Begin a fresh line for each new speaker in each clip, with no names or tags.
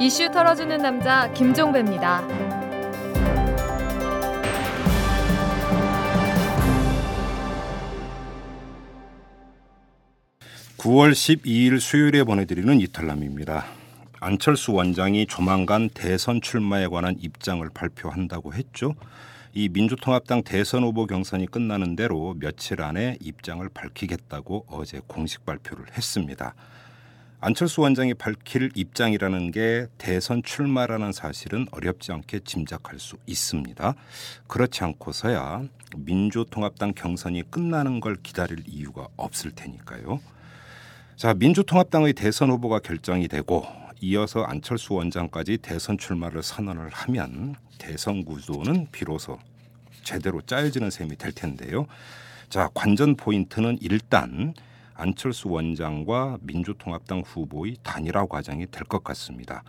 이슈 털어주는 남자 김종배입니다.
9월 12일 수요일에 보내드리는 이탈남입니다. 안철수 원장이 조만간 대선 출마에 관한 입장을 발표한다고 했죠. 이 민주통합당 대선 후보 경선이 끝나는 대로 며칠 안에 입장을 밝히겠다고 어제 공식 발표를 했습니다. 안철수 원장이 밝힐 입장이라는 게 대선 출마라는 사실은 어렵지 않게 짐작할 수 있습니다. 그렇지 않고서야 민주통합당 경선이 끝나는 걸 기다릴 이유가 없을 테니까요. 자, 민주통합당의 대선 후보가 결정이 되고 이어서 안철수 원장까지 대선 출마를 선언을 하면 대선 구조는 비로소 제대로 짜여지는 셈이 될 텐데요. 자, 관전 포인트는 일단 안철수 원장과 민주통합당 후보의 단일화 과정이 될 것 같습니다.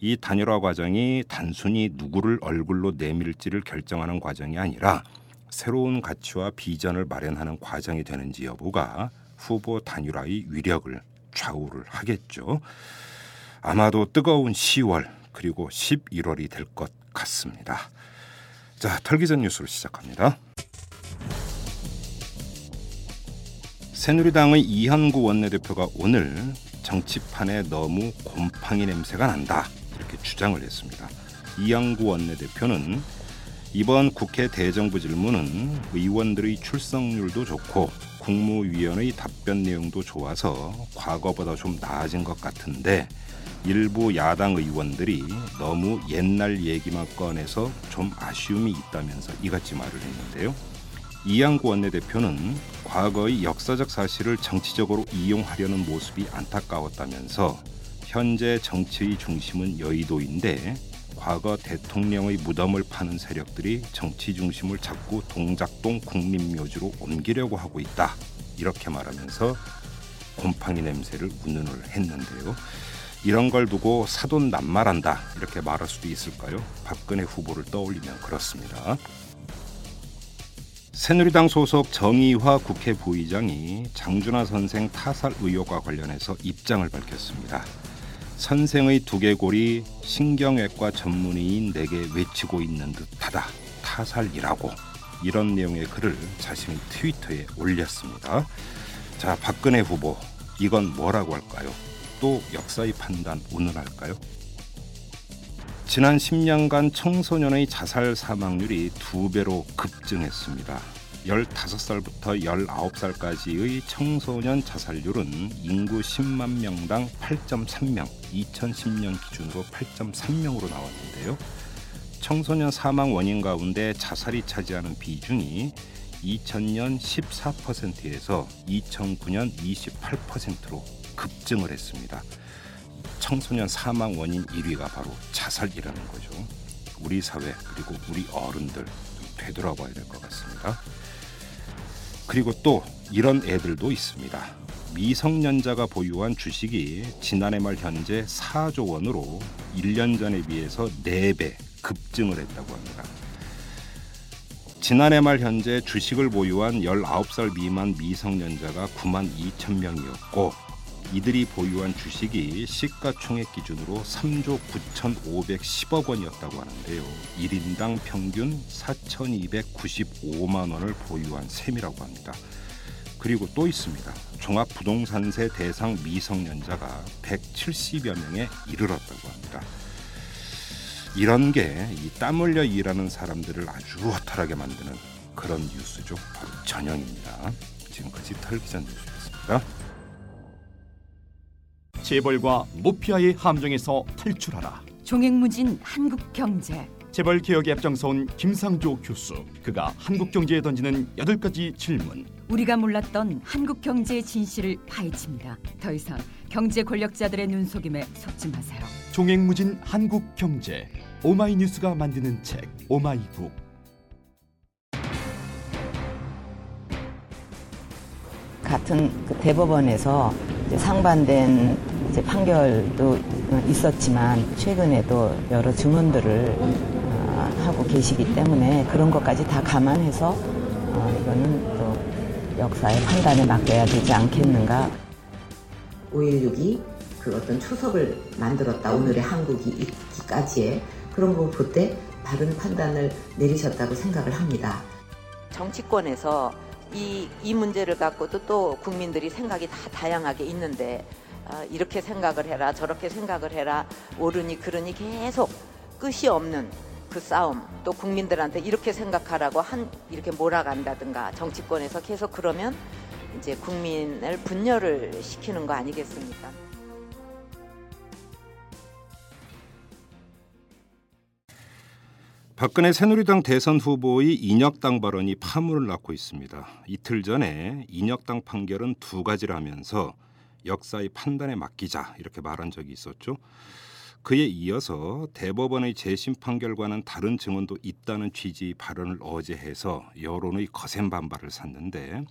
이 단일화 과정이 단순히 누구를 얼굴로 내밀지를 결정하는 과정이 아니라 새로운 가치와 비전을 마련하는 과정이 되는지 여부가 후보 단일화의 위력을 좌우를 하겠죠. 아마도 뜨거운 10월 그리고 11월이 될 것 같습니다. 자, 털기전 뉴스로 시작합니다. 새누리당의 이현구 원내대표가 오늘 정치판에 너무 곰팡이 냄새가 난다 이렇게 주장을 했습니다. 이현구 원내대표는 이번 국회 대정부 질문은 의원들의 출석률도 좋고 국무위원의 답변 내용도 좋아서 과거보다 좀 나아진 것 같은데 일부 야당 의원들이 너무 옛날 얘기만 꺼내서 좀 아쉬움이 있다면서 이같이 말을 했는데요. 이양구 원내대표는 과거의 역사적 사실을 정치적으로 이용하려는 모습이 안타까웠다면서 현재 정치의 중심은 여의도인데 과거 대통령의 무덤을 파는 세력들이 정치 중심을 자꾸 동작동 국립묘지로 옮기려고 하고 있다. 이렇게 말하면서 곰팡이 냄새를 운운을 했는데요. 이런 걸 두고 사돈 낱말한다 이렇게 말할 수도 있을까요? 박근혜 후보를 떠올리면 그렇습니다. 새누리당 소속 정의화 국회 부의장이 장준하 선생 타살 의혹과 관련해서 입장을 밝혔습니다. 선생의 두개골이 신경외과 전문의인 내게 외치고 있는 듯하다. 타살이라고 이런 내용의 글을 자신의 트위터에 올렸습니다. 자 박근혜 후보 이건 뭐라고 할까요? 또 역사의 판단 오늘 할까요? 지난 10년간 청소년의 자살 사망률이 두 배로 급증했습니다. 15살부터 19살까지의 청소년 자살률은 인구 10만 명당 8.3명, 2010년 기준으로 8.3명으로 나왔는데요. 청소년 사망 원인 가운데 자살이 차지하는 비중이 2000년 14%에서 2009년 28%로 급증을 했습니다. 청소년 사망 원인 1위가 바로 자살이라는 거죠. 우리 사회 그리고 우리 어른들 좀 되돌아봐야 될 것 같습니다. 그리고 또 이런 애들도 있습니다. 미성년자가 보유한 주식이 지난해 말 현재 4조 원으로 1년 전에 비해서 4배 급증을 했다고 합니다. 지난해 말 현재 주식을 보유한 19살 미만 미성년자가 9만 2천 명이었고 이들이 보유한 주식이 시가총액 기준으로 3조 9,510억 원이었다고 하는데요. 1인당 평균 4,295만 원을 보유한 셈이라고 합니다. 그리고 또 있습니다. 종합부동산세 대상 미성년자가 170여 명에 이르렀다고 합니다. 이런 게 이 땀 흘려 일하는 사람들을 아주 허탈하게 만드는 그런 뉴스죠. 바로 전형입니다. 지금까지 털기전 뉴스였습니다.
재벌과 모피아의 함정에서 탈출하라.
종횡무진 한국 경제
재벌 개혁에 앞장서온 김상조 교수. 그가 한국 경제에 던지는 여덟 가지 질문.
우리가 몰랐던 한국 경제의 진실을 파헤칩니다. 더 이상 경제 권력자들의 눈속임에 속지 마세요.
종횡무진 한국 경제. 오마이뉴스가 만드는 책 오마이북.
같은 그 대법원에서 이제 상반된 이제 판결도 있었지만 최근에도 여러 증언들을 어, 하고 계시기 때문에 그런 것까지 다 감안해서 어, 이거는 또 역사의 판단에 맡겨야 되지 않겠는가.
5.16이
그 어떤 추석을 만들었다 오늘의 한국이 있기까지의 그런 거 볼 때 바른 판단을 내리셨다고 생각을 합니다.
정치권에서 이, 이 문제를 갖고도 또 국민들이 생각이 다 다양하게 있는데 아, 이렇게 생각을 해라 저렇게 생각을 해라 옳으니 그러니 계속 끝이 없는 그 싸움 또 국민들한테 이렇게 생각하라고 한 이렇게 몰아간다든가 정치권에서 계속 그러면 이제 국민을 분열을 시키는 거 아니겠습니까?
박근혜 새누리당 대선 후보의 인혁당 발언이 파문을 낳고 있습니다. 이틀 전에 인혁당 판결은 두 가지라면서 역사의 판단에 맡기자 이렇게 말한 적이 있었죠. 그에 이어서 대법원의 재심 판결과는 다른 증언도 있다는 취지의 발언을 어제 해서 여론의 거센 반발을 샀는데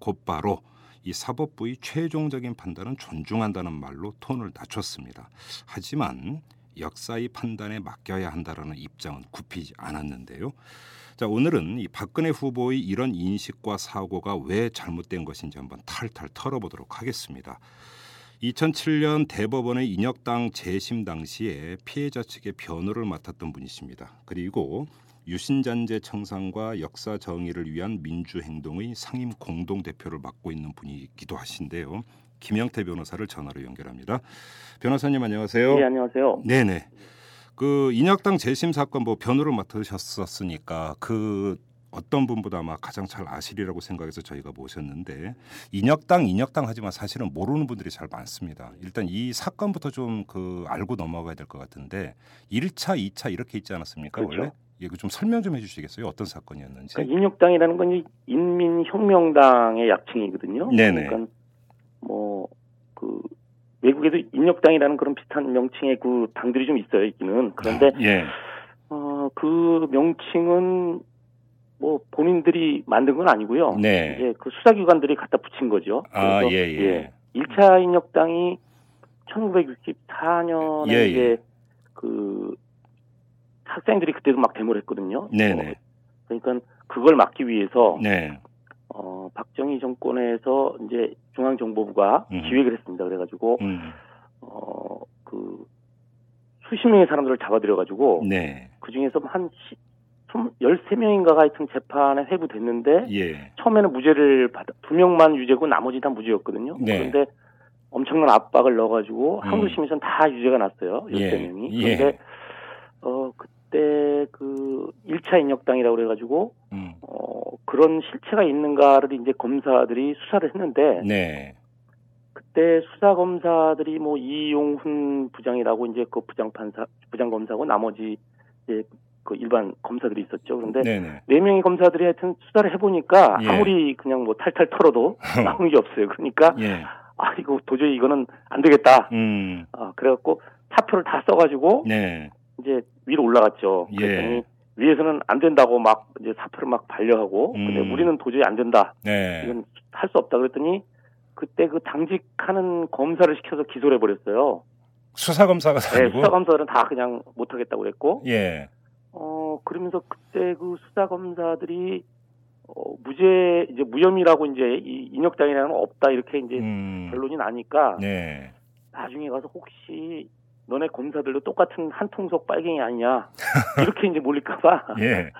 곧바로 이 사법부의 최종적인 판단은 존중한다는 말로 톤을 낮췄습니다. 하지만 역사의 판단에 맡겨야 한다라는 입장은 굽히지 않았는데요. 자, 오늘은 이 박근혜 후보의 이런 인식과 사고가 왜 잘못된 것인지 한번 탈탈 털어보도록 하겠습니다. 2007년 대법원의 인혁당 재심 당시에 피해자 측의 변호를 맡았던 분이십니다. 그리고 유신잔재 청산과 역사 정의를 위한 민주행동의 상임 공동대표를 맡고 있는 분이기도 하신데요. 김영태 변호사를 전화로 연결합니다. 변호사님 안녕하세요.
네, 안녕하세요.
네네. 그 인혁당 재심 사건 뭐 변호를 맡으셨었으니까 그 어떤 분보다 아마 가장 잘 아시리라고 생각해서 저희가 모셨는데 인혁당 인혁당 하지만 사실은 모르는 분들이 잘 많습니다. 일단 이 사건부터 좀 그 알고 넘어가야 될 것 같은데 1차, 2차 이렇게 있지 않았습니까
그렇죠.
원래? 예, 그좀 설명 좀 해주시겠어요? 어떤 사건이었는지?
그러니까 인혁당이라는 건 이- 인민혁명당의 약칭이거든요.
네네.
그러니까 뭐 그 외국에도 인혁당이라는 그런 비슷한 명칭의 그 당들이 좀 있어요, 있기는. 그런데
예,
어, 그 명칭은 뭐 본인들이 만든 건 아니고요.
네,
이제 그 수사기관들이 갖다 붙인 거죠.
아
그래서,
예, 예,
1차 인혁당이 1964년에
예, 예.
이제 그 학생들이 그때도 막 데모를 했거든요. 뭐
네네,
그러니까 그걸 막기 위해서
네,
어, 박정희 정권에서 이제 중앙정보부가
음.
기획을 했습니다. 그래가지고
음,
어, 그 수십 명의 사람들을 잡아들여가지고
네,
그 중에서 한 13명인가가 하여튼 재판에 회부됐는데
예,
처음에는 무죄를 받아 두 명만 유죄고 나머지 다 무죄였거든요.
네.
그런데 엄청난 압박을 넣어가지고
음.
한국 심에서는 다 유죄가 났어요. 13명이.
예, 예.
그런데 어, 그때 그 1차 인혁당이라고 그래가지고
음,
어, 그런 실체가 있는가를 이제 검사들이 수사를 했는데
네,
그때 수사 검사들이 뭐 이용훈 부장이라고 이제 그 부장 판사 부장 검사고 나머지 이제 그 일반 검사들이 있었죠. 그런데
네, 네,
네 명의 검사들이 하여튼 수사를 해보니까
예.
아무리 그냥 뭐 탈탈 털어도 나오는 게 없어요. 그러니까
예,
아 이거 도저히 이거는 안 되겠다.
음,
아, 그래갖고 사표를 다 써가지고
네,
이제 위로 올라갔죠. 그랬더니
예.
위에서는 안 된다고 막 이제 사표를 막 반려하고
음.
근데 우리는 도저히 안 된다.
네,
이건 할 수 없다 그랬더니 그때 그 당직하는 검사를 시켜서 기소를 해버렸어요.
수사 검사가
네,
아니고
수사 검사들은 다 그냥 못하겠다고 그랬고,
예.
어 그러면서 그때 그 수사 검사들이 어, 무죄 이제 무혐의라고 이제 이 인혁당이라는 건 없다 이렇게 이제
음.
결론이 나니까
네.
나중에 가서 혹시 너네 검사들도 똑같은 한통속 빨갱이 아니냐 이렇게 이제 몰릴까봐
예.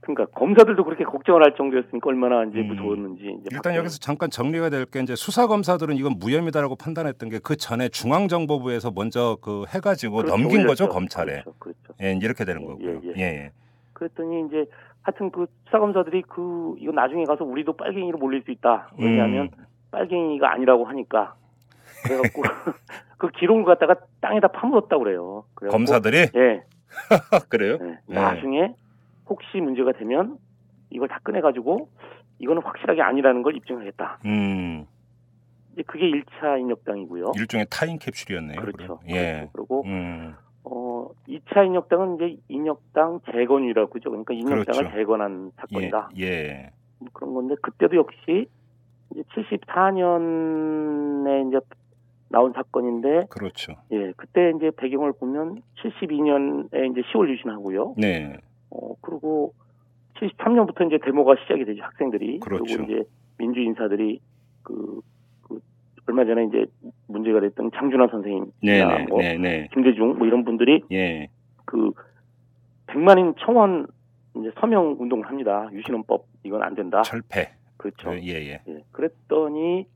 그러니까 검사들도 그렇게 걱정을 할 정도였으니까 얼마나 이제
음.
무서웠는지 이제
일단
박근혜
여기서 잠깐 정리가 될 게 이제 수사 검사들은 이건 무혐의다라고 판단했던 게 그 전에 중앙정보부에서 먼저 그 해가지고
그렇죠,
넘긴 거죠
올렸죠.
검찰에.
그렇죠, 그렇죠.
예, 이렇게 되는
예,
거고요.
예,
예. 예.
그랬더니 이제 하여튼 그 수사 검사들이 그 이거 나중에 가서 우리도 빨갱이로 몰릴 수 있다. 왜냐하면
음.
빨갱이가 아니라고 하니까 그래갖고 그 기록을 갖다가 땅에다 파묻었다 고 그래요. 그래갖고
검사들이
예
그래요?
예.
예.
나중에 혹시 문제가 되면 이걸 다 꺼내가지고 이거는 확실하게 아니라는 걸 입증하겠다.
음.
이제 그게 1차 인혁당이고요.
일종의 타임 캡슐이었네요.
어? 그렇죠.
그럼. 예.
그렇죠. 그리고
음.
어 2차 인혁당은 이제 인혁당 재건이라고 그죠. 그러니까 인혁당을
그렇죠.
재건한 사건이다.
예. 예.
뭐 그런 건데 그때도 역시 이제 74년에 이제 나온 사건인데
그렇죠.
예 그때 이제 배경을 보면 72년에 이제 10월 유신하고요.
네.
어 그리고 73년부터 이제 데모가 시작이 되죠 학생들이
그렇죠.
리고 이제 민주 인사들이 그, 그 얼마 전에 이제 문제가 됐던 장준하 선생님,
네,
야,
네,
뭐.
네, 네.
김대중 뭐 이런 분들이
예.
그 100만인 청원 이제 서명 운동을 합니다. 유신헌법 이건 안 된다.
철폐.
그렇죠.
예, 예.
예, 그랬더니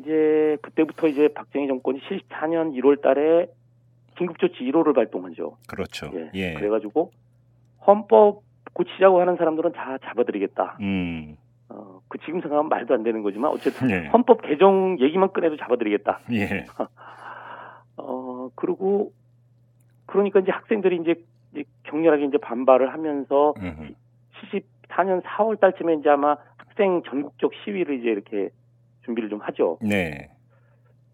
이제 그때부터 이제 박정희 정권이 74년 1월 달에 긴급조치 1호를 발동하죠.
그렇죠.
예.
예.
그래가지고 헌법 고치자고 하는 사람들은 다 잡아들이겠다.
음.
어, 그 지금 생각하면 말도 안 되는 거지만 어쨌든
예.
헌법 개정 얘기만 꺼내도 잡아들이겠다.
예.
어, 그리고 그러니까 이제 학생들이 이제 이제 격렬하게 이제 반발을 하면서
음.
74년 4월 달쯤에 이제 아마 학생 전국적 시위를 이제 이렇게 준비를 좀 하죠.
네.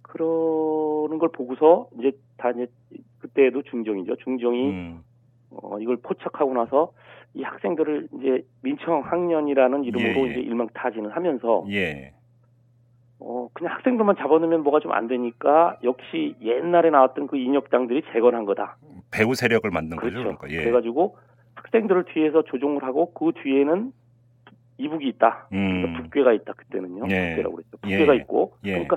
그러는 걸 보고서 이제 다 이제 그때도 중정이죠. 중정이
음.
어, 이걸 포착하고 나서 이 학생들을 이제 민청 학년이라는 이름으로
예, 예.
이제 일망타진을 하면서
예.
어, 그냥 학생들만 잡아놓으면 뭐가 좀 안 되니까 역시 옛날에 나왔던 그 인혁당들이 재건한 거다.
배우 세력을 만든 거죠,
그렇죠.
그러니까. 예.
그래가지고 학생들을 뒤에서 조종을 하고 그 뒤에는 이북이 있다. 그러니까
음.
북괴가 있다 그때는요.
예.
북괴라고 그랬죠.
예.
북괴가 있고
예.
그러니까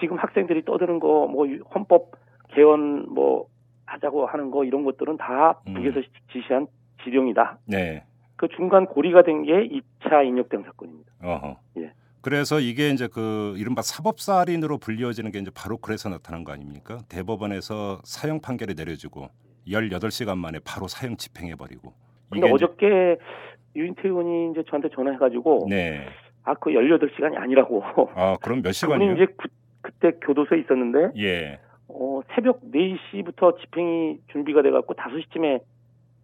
지금 학생들이 떠드는 거 뭐 헌법 개헌 뭐 하자고 하는 거 이런 것들은 다
음.
북에서 지시한 지령이다.
네.
그 중간 고리가 된 게 2차 인혁당 사건입니다.
어허.
예.
그래서 이게 이제 그 이른바 사법살인으로 불리워지는 게 이제 바로 그래서 나타난 거 아닙니까? 대법원에서 사형 판결이 내려지고 18시간 만에 바로 사형 집행해 버리고.
근데 어저께 유인태 의원이 이제 저한테 전화해가지고
네.
아 그 18시간이 아니라고.
아, 그럼 몇
우리
시간이요?
이제 그, 그때 교도소에 있었는데
예.
어, 새벽 4시부터 집행이 준비가 돼갖고 5시쯤에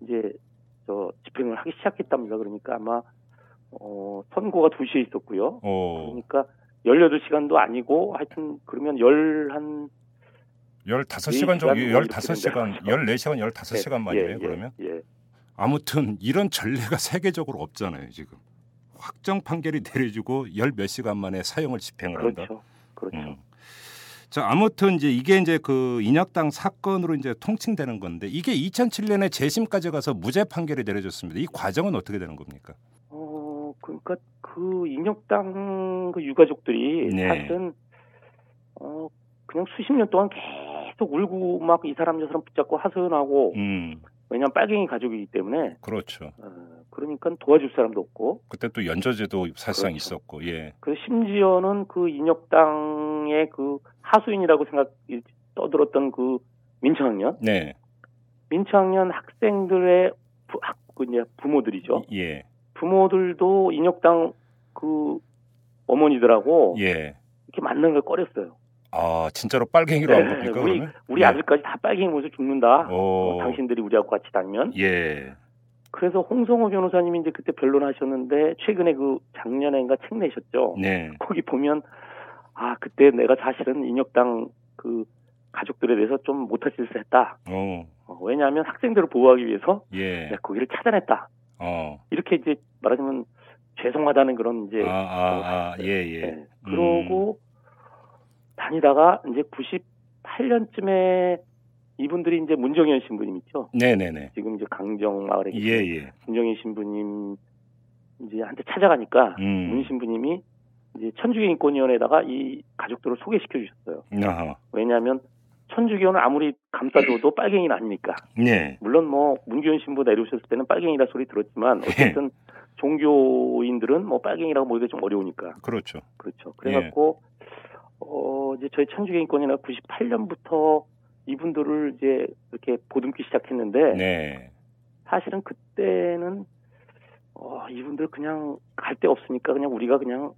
이제 저 집행을 하기 시작했답니다. 그러니까 아마 어, 선고가 2시에 있었고요.
어.
그러니까 18시간도 아니고 하여튼 그러면 열한
15시간 정도
네 시간 뭐
15시간,
이렇게
14시간, 15시간 만이에요, 그러면?
네. 예.
아무튼 이런 전례가 세계적으로 없잖아요, 지금. 확정 판결이 내려지고 열 몇 시간 만에 사형을 집행을 한다.
그렇죠. 그렇죠.
음. 자 아무튼 이제 이게 이제 그 인혁당 사건으로 이제 통칭되는 건데 이게 2007년에 재심까지 가서 무죄 판결이 내려졌습니다. 이 과정은 어떻게 되는 겁니까?
어, 그러니까 그 인혁당 그 유가족들이
네.
사실은 어, 그냥 수십 년 동안 계속 울고 막 이 사람 저 사람 붙잡고 하소연하고
음
왜냐면 빨갱이 가족이기 때문에
그렇죠.
어, 그러니까 도와줄 사람도 없고
그때 또 연좌제도 사실상
그렇죠.
있었고 예.
그 심지어는 그 인혁당의 그 하수인이라고 생각 떠들었던 그 민청학년
네.
민청학년 학생들의 부, 학, 그 이제 부모들이죠
예.
부모들도 인혁당 그 어머니들하고
예.
이렇게 만나는 걸 꺼렸어요
아 진짜로 빨갱이로 안
네,
겁니까
우리
그러면?
우리
예.
아들까지 다 빨갱이 모습 죽는다
오.
어, 당신들이 우리하고 같이 다니면
예.
그래서 홍성호 변호사님이 이제 그때 변론하셨는데 최근에 그 작년에인가 책 내셨죠
네.
거기 보면 아 그때 내가 사실은 인혁당 그 가족들에 대해서 좀 못할 짓을 했다.
어.
어, 왜냐하면 학생들을 보호하기 위해서
예.
내가 거기를 차단했다.
어.
이렇게 이제 말하자면 죄송하다는 그런 이제
아,
어,
아, 아, 예, 예.
예, 그러고 다니다가 이제 98년쯤에 이분들이 이제 문정현 신부님 있죠.
네, 네, 네.
지금 이제 강정 마을에
예,
계신
예.
문정현 신부님 이제 한테 찾아가니까 문
음.
신부님이 이제 천주교 인권위원회에다가 이 가족들을 소개시켜 주셨어요.
아하.
왜냐하면 천주교는 아무리 감싸줘도 빨갱이는 아니니까.
네.
물론 뭐 문교현 신부 내려오셨을 때는 빨갱이라 소리 들었지만
예.
어쨌든 종교인들은 뭐 빨갱이라고 보기가 좀 어려우니까
그렇죠.
그렇죠. 그래갖고
예.
어 이제 저희 천주교 인권이나 98년부터 이분들을 이제 이렇게 보듬기 시작했는데
네.
사실은 그때는 어 이분들 그냥 갈 데 없으니까 그냥 우리가 그냥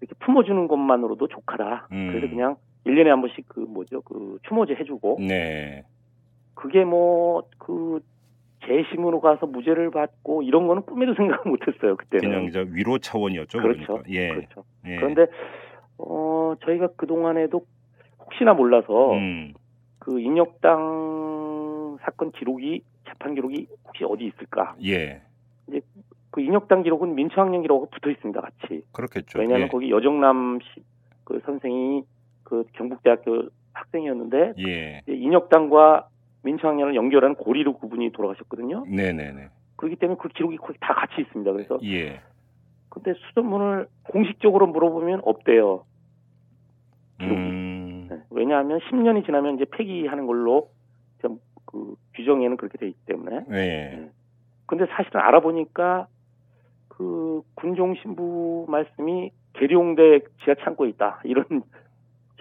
이렇게 품어주는 것만으로도 족하다.
음.
그래서 그냥 1년에 한 번씩 그 뭐죠 그 추모제 해주고
네.
그게 뭐 그 재심으로 가서 무죄를 받고 이런 거는 꿈에도 생각 못했어요 그때는
그냥 이제 위로 차원이었죠.
그렇죠.
러니까 예.
그렇죠.
예.
그런데 어 저희가 그 동안에도 혹시나 몰라서
음.
그 인혁당 사건 기록이 재판 기록이 혹시 어디 있을까?
예.
그 인혁당 기록은 민초학년 기록하고 붙어 있습니다 같이.
그렇겠죠.
왜냐하면
예.
거기 여정남 씨, 그 선생이 그 경북대학교 학생이었는데
예.
이제 인혁당과 민초학년을 연결한 고리로 그분이 돌아가셨거든요.
네, 네, 네.
그렇기 때문에 그 기록이 거의 다 같이 있습니다. 그래서
예.
근데 수전문을 공식적으로 물어보면 없대요. 기록이.
음.
네. 왜냐하면 10년이 지나면 이제 폐기하는 걸로 지금 그 규정에는 그렇게 돼 있기 때문에. 네.
예.
근데 사실은 알아보니까 그 군종 신부 말씀이 계룡대 지하 창고에 있다 이런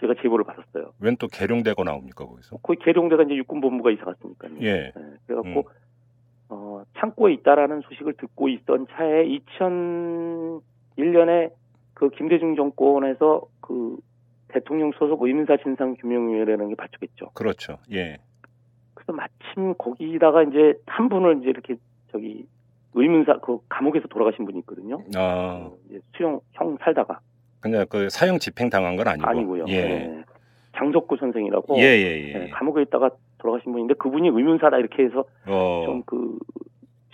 제가 제보를 받았어요.
웬 또 계룡대고 나옵니까 거기서?
거기 계룡대가 이제 육군본부가 이사 갔으니까요.
예.
예, 그래갖고
음.
어, 창고에 있다라는 소식을 듣고 있던 차에 2001년에 그 김대중 정권에서 그 대통령 소속 의문사 진상 규명위원회라는 게 발족했죠.
그렇죠. 예.
그래서 마침 거기다가 이제 한 분을 이제 이렇게 저기 의문사 그 감옥에서 돌아가신 분이 있거든요.
아,
어, 이제 수용 형 살다가
그냥 그 사형 집행 당한 건 아니고.
아니고요.
예.
예. 장덕구 선생이라고
예, 예,
예,
예.
감옥에 있다가 돌아가신 분인데 그분이 의문사다 이렇게 해서
어.
좀 그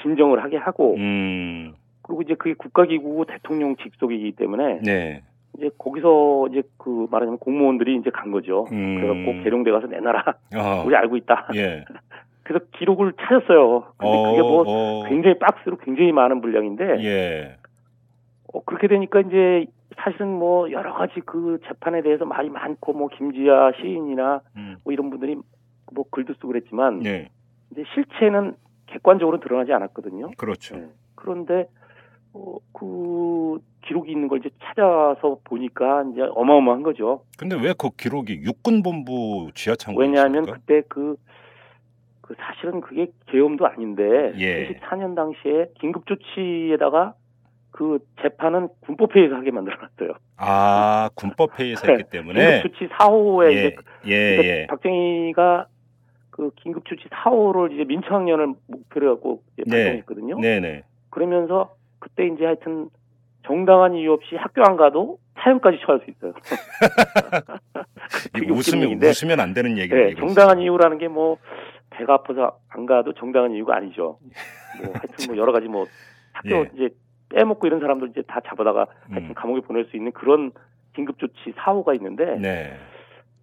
진정을 하게 하고
음.
그리고 이제 그게 국가기구 대통령 직속이기 때문에
네.
이제 거기서 이제 그 말하자면 공무원들이 이제 간 거죠.
음.
그래갖고 계룡대 가서 내놔라.
어.
우리 알고 있다.
예.
그래서 기록을 찾았어요. 근데 그게 뭐
어,
굉장히 박스로 굉장히 많은 분량인데
예.
어, 그렇게 되니까 이제 사실은 뭐 여러 가지 그 재판에 대해서 말이 많고 뭐 김지아 시인이나
음.
뭐 이런 분들이 뭐 글도 쓰고 그랬지만
예.
이제 실체는 객관적으로 드러나지 않았거든요.
그렇죠.
네. 그런데 어, 그 기록이 있는 걸 이제 찾아서 보니까 이제 어마어마한 거죠.
근데 왜 그 기록이 육군 본부 지하 창고에
왜냐하면
있습니까?
그때 그, 그 사실은 그게 계엄도 아닌데
예.
94년 당시에 긴급 조치에다가 그 재판은 군법회의에서 하게 만들어놨어요.
아, 군법 회의에서 했기 때문에
긴급 조치 4호에
네. 예.
네. 이제
예,
그러니까
예.
박정희가 그 긴급 조치 4호를 이제 민청년을 목표로 갖고 이제
네.
발동했거든요.
네, 네.
그러면서 그때 이제 하여튼 정당한 이유 없이 학교 안 가도 사형까지 처할 수 있어요.
이
그게 웃긴
웃으면
얘기인데.
웃으면 안 되는 얘기예
네, 정당한 이유라는 게 뭐 배가 아파서 안 가도 정당한 이유가 아니죠. 뭐 하여튼 뭐 여러 가지 뭐 학교
예.
이제 빼먹고 이런 사람들 이제 다 잡아다가 하여튼
음.
감옥에 보낼 수 있는 그런 긴급 조치 사호가 있는데
네.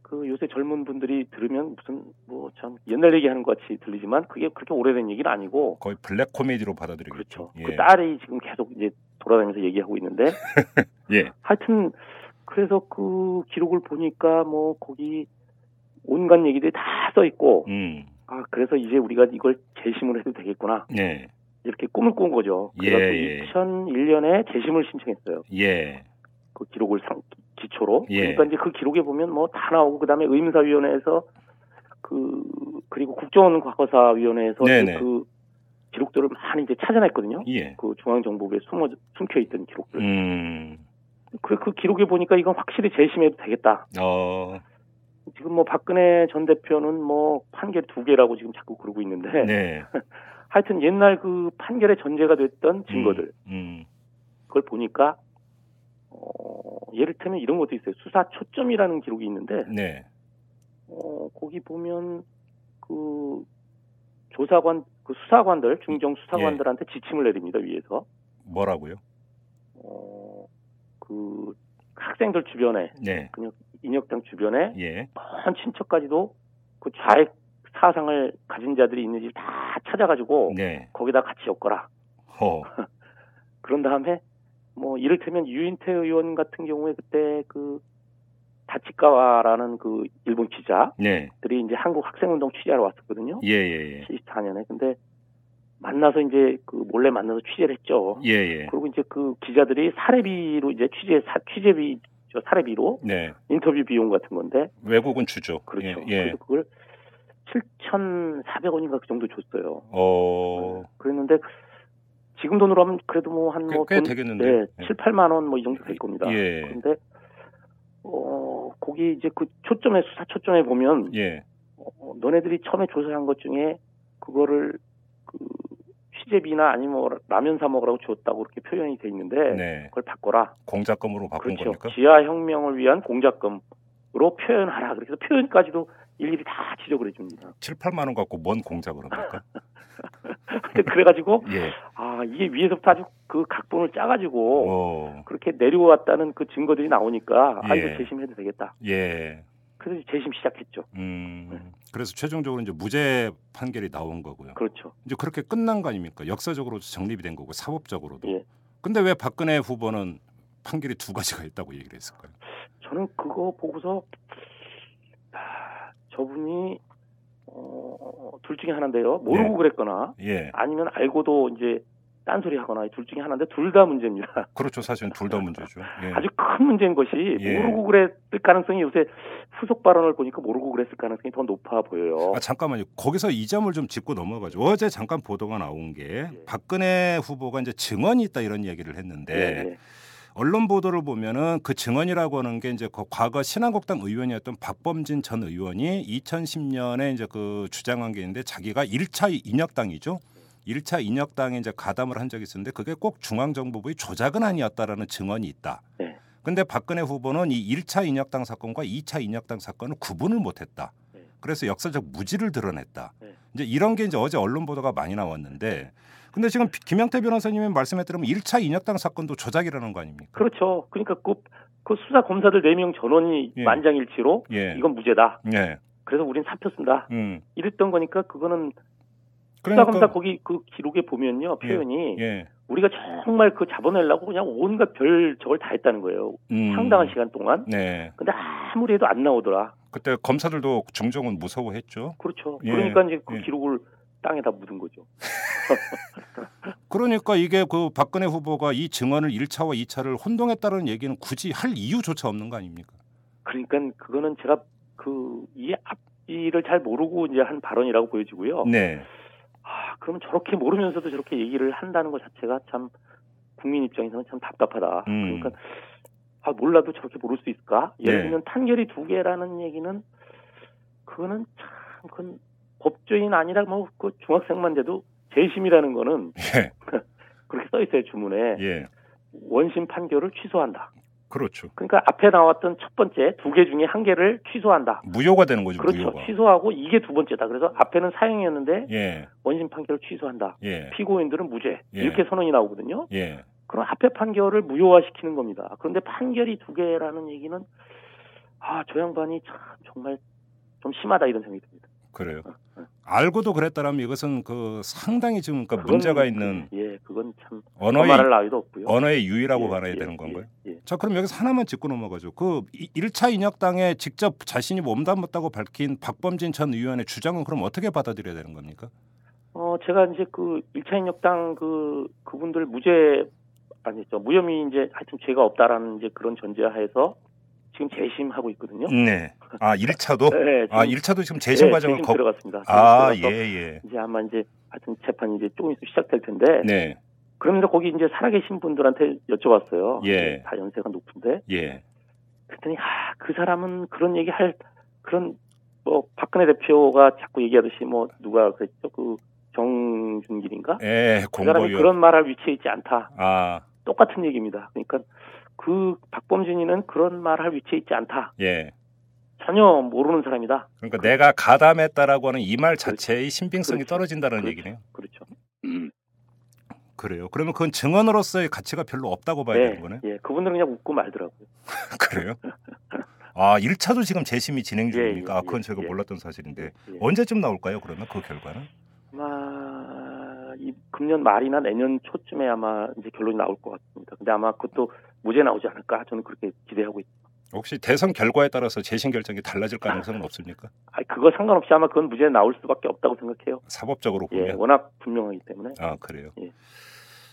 그 요새 젊은 분들이 들으면 무슨 뭐 참 옛날 얘기하는 것 같이 들리지만 그게 그렇게 오래된 얘기는 아니고
거의 블랙 코미디로 받아들이겠죠.
그렇죠.
예.
그 딸이 지금 계속 이제 돌아다니면서 얘기하고 있는데
예.
하여튼 그래서 그 기록을 보니까 뭐 거기 온갖 얘기들이 다 써 있고
음.
아 그래서 이제 우리가 이걸 재심을 해도 되겠구나
네.
이렇게 꿈을 꾼 거죠.
예,
그래서
예.
2001년에 재심을 신청했어요.
예.
그 기록을 상- 기초로
예.
그러니까 이제 그 기록에 보면 뭐 다 나오고 그다음에 의문사위원회에서 그 그리고 국정원 과거사위원회에서
네,
이제
네.
그 기록들을 많이 이제 찾아냈거든요.
예.
그 중앙정보부에 숨어 숨겨 있던 기록들.
음.
그, 그 기록에 보니까 이건 확실히 재심해도 되겠다.
어.
지금 뭐 박근혜 전 대표는 뭐 판결 두 개라고 지금 자꾸 그러고 있는데
네.
하여튼 옛날 그 판결의 전제가 됐던 증거들
음.
그걸 보니까 어, 예를 들면 이런 것도 있어요. 수사 초점이라는 기록이 있는데
음. 네.
어, 거기 보면 그 조사관 그 수사관들 중정 수사관들한테
예.
지침을 내립니다 위에서
뭐라고요?
어, 그 학생들 주변에
네.
인혁당 주변에
예.
먼 친척까지도 그 좌익 사상을 가진 자들이 있는 집 다 찾아가지고
네.
거기다 같이 엮어라.
허.
그런 다음에 뭐 이를테면 유인태 의원 같은 경우에 그때 그 다치카와라는 그 일본 기자들이
네.
이제 한국 학생운동 취재하러 왔었거든요.
예, 예,
74년에. 근데 만나서 이제 그 몰래 만나서 취재를 했죠.
예. 예, 예.
그리고 이제 그 기자들이 사례비로 이제 취재 사, 취재비 저 사례비로
네.
인터뷰 비용 같은 건데
외국은 주죠.
그렇죠.
예. 예.
그래서 그걸 7,400원인가 그 정도 줬어요.
어.
그랬는데 지금 돈으로 하면 그래도 뭐 한
꽤,
뭐
꽤
돈-
되겠는데.
네, 7, 8만 원 뭐 이 정도 될 겁니다.
예.
그런데 어, 거기 이제 그 초점에 수사 초점에 보면
예.
어, 너네들이 처음에 조사한 것 중에 그거를 그 취재비나 아니면 뭐 라면 사 먹으라고 줬다고 그렇게 표현이 돼 있는데
네.
그걸 바꿔라.
공작금으로 바꾼
그렇죠.
겁니까?
지하 혁명을 위한 공작금으로 표현하라. 그래서 표현까지도 일일이 다 지적을 해줍니다.
7, 8만 원 갖고 뭔 공작을 합니까?
하여튼 그래가지고
예.
아 이게 위에서부터 아주 그 각본을 짜가지고
어.
그렇게 내려왔다는 그 증거들이 나오니까 아
예.
이거 재심해도 되겠다.
예.
그래서 이제 재심 시작했죠.
음. 그래서 최종적으로 이제 무죄 판결이 나온 거고요.
네. 그렇죠.
이제 그렇게 끝난 거 아닙니까? 역사적으로도 정립이 된 거고 사법적으로도.
예.
근데 왜 박근혜 후보는 판결이 두 가지가 있다고 얘기를 했을까요?
저는 그거 보고서 아, 저분이 어, 둘 중에 하나인데요. 모르고
네.
그랬거나
예.
아니면 알고도 이제 딴소리 하거나 둘 중에 하나인데 둘 다 문제입니다.
그렇죠. 사실은 둘 다 문제죠. 예.
아주 큰 문제인 것이
예.
모르고 그랬을 가능성이 요새 후속 발언을 보니까 모르고 그랬을 가능성이 더 높아 보여요.
아, 잠깐만요. 거기서 이 점을 좀 짚고 넘어가죠. 어제 잠깐 보도가 나온 게
예.
박근혜 후보가 이제 증언이 있다 이런 얘기를 했는데
예, 예.
언론 보도를 보면은 그 증언이라고 하는 게 이제 그 과거 신한국당 의원이었던 박범진 전 의원이 2010년에 이제 그 주장한 게 있는데 자기가 1차 인혁당이죠. 1차 인혁당에 이제 가담을 한 적이 있었는데 그게 꼭 중앙정보부의 조작은 아니었다라는 증언이 있다.
네.
근데 박근혜 후보는 이 1차 인혁당 사건과 2차 인혁당 사건을 구분을 못 했다.
네.
그래서 역사적 무지를 드러냈다.
네.
이제 이런 게 이제 어제 언론 보도가 많이 나왔는데 근데 지금 비- 김양태 변호사님의 말씀에 따르면 1차 인혁당 사건도 조작이라는 거 아닙니까?
그렇죠. 그러니까 그, 그 수사 검사들 네 명 전원이
예.
만장일치로
예.
이건 무죄다.
예.
그래서 우린 사표쓴다.
음.
이랬던 거니까 그거는
그러니까
수사검사 거기 그 기록에 보면요 표현이
예.
우리가 정말 그 잡아내려고 그냥 온갖 별 저걸 다 했다는 거예요.
음.
상당한 시간 동안.
네.
근데 아무리 해도 안 나오더라.
그때 검사들도 중정은 무서워했죠.
그렇죠.
예,
그러니까 이제 그
예.
기록을 땅에다 묻은 거죠.
그러니까 이게 그 박근혜 후보가 이 증언을 1차와 2차를 혼동했다는 얘기는 굳이 할 이유조차 없는 거 아닙니까?
그러니까 그거는 제가 그 이 앞뒤를 잘 모르고 이제 한 발언이라고 보여지고요.
네.
아, 그럼 저렇게 모르면서도 저렇게 얘기를 한다는 것 자체가 참 국민 입장에서는 참 답답하다.
음.
그러니까 아, 몰라도 저렇게 모를 수 있을까? 예를
네.
들면 판결이 두 개라는 얘기는 그거는 참 그건 법조인 아니라 뭐 그 중학생만 돼도 재심이라는 거는
예.
그렇게 써 있어요 주문에
예.
원심 판결을 취소한다.
그렇죠.
그러니까 앞에 나왔던 첫 번째 두 개 중에 한 개를 취소한다.
무효가 되는 거죠,
그렇죠.
무효가.
취소하고 이게 두 번째다. 그래서 앞에는 사형이었는데
예.
원심 판결을 취소한다.
예.
피고인들은 무죄
예.
이렇게 선언이 나오거든요.
예.
그럼 앞에 판결을 무효화시키는 겁니다. 그런데 판결이 두 개라는 얘기는 아 저 양반이 참 정말 좀 심하다 이런 생각이 듭니다.
그래요. 알고도 그랬다라면 이것은 그 상당히 지금 그러니까
그건-
문제가 있는
예 그건 참
언어의
말할 나위도 없고요.
언어의 유의라고
예,
말해야
예,
되는 건가요?
예, 예.
자 그럼 여기서 하나만 짚고 넘어가죠. 그 이- 1차 인혁당에 직접 자신이 몸담았다고 밝힌 박범진 전 의원의 주장은 그럼 어떻게 받아들여야 되는 겁니까?
어 제가 이제 그 1차 인혁당 그 그분들 무죄 아니죠 무혐의 이제 하여튼 죄가 없다라는 이제 그런 전제하에서 지금 재심하고 있거든요.
네. 아 1차도?
네,
아
지금-
1차도 지금 재심
예,
과정을
재심
거...
들어갔습니다.
아
재심 들어가서
예예.
이제 아마 이제 하여튼 재판이 이제 조금 있으면 시작될 텐데
네.
그런데 거기 이제 살아계신 분들한테 여쭤봤어요.
예.
다 연세가 높은데.
예.
그랬더니 아, 그 사람은 그런 얘기 할 그런 뭐 박근혜 대표가 자꾸 얘기하듯이 뭐 누가 그랬죠? 그 정준길인가?
예.
그 사람이
공보위원.
그런 말할 위치에 있지 않다.
아
똑같은 얘기입니다. 그러니까 그 박범준이는 그런 말할 위치에 있지 않다.
예.
전혀 모르는 사람이다.
그러니까 내가 가담했다라고 하는 이 말 자체의 신빙성이
그렇죠.
떨어진다는
그렇죠.
얘기네요.
그렇죠.
그래요. 그러면 그건 증언으로서의 가치가 별로 없다고 봐야 되는 거네. 요
예, 그분들은 그냥 웃고 말더라고요.
그래요? 아, 1차도 지금 재심이 진행 중입니까?
예, 예,
아, 그건
예,
제가
예.
몰랐던 사실인데.
예.
언제쯤 나올까요, 그러면 그 결과는?
아마 이 금년 말이나 내년 초쯤에 아마 이제 결론이 나올 것 같습니다. 근데 아마 그것도 무죄 나오지 않을까 저는 그렇게 기대하고 있습니다.
혹시 대선 결과에 따라서 재심 결정이 달라질 가능성은 없습니까?
아, 그거 상관없이 아마 그건 무죄 나올 수밖에 없다고 생각해요.
사법적으로
예,
보면.
워낙 분명하기 때문에.
아, 그래요.
예.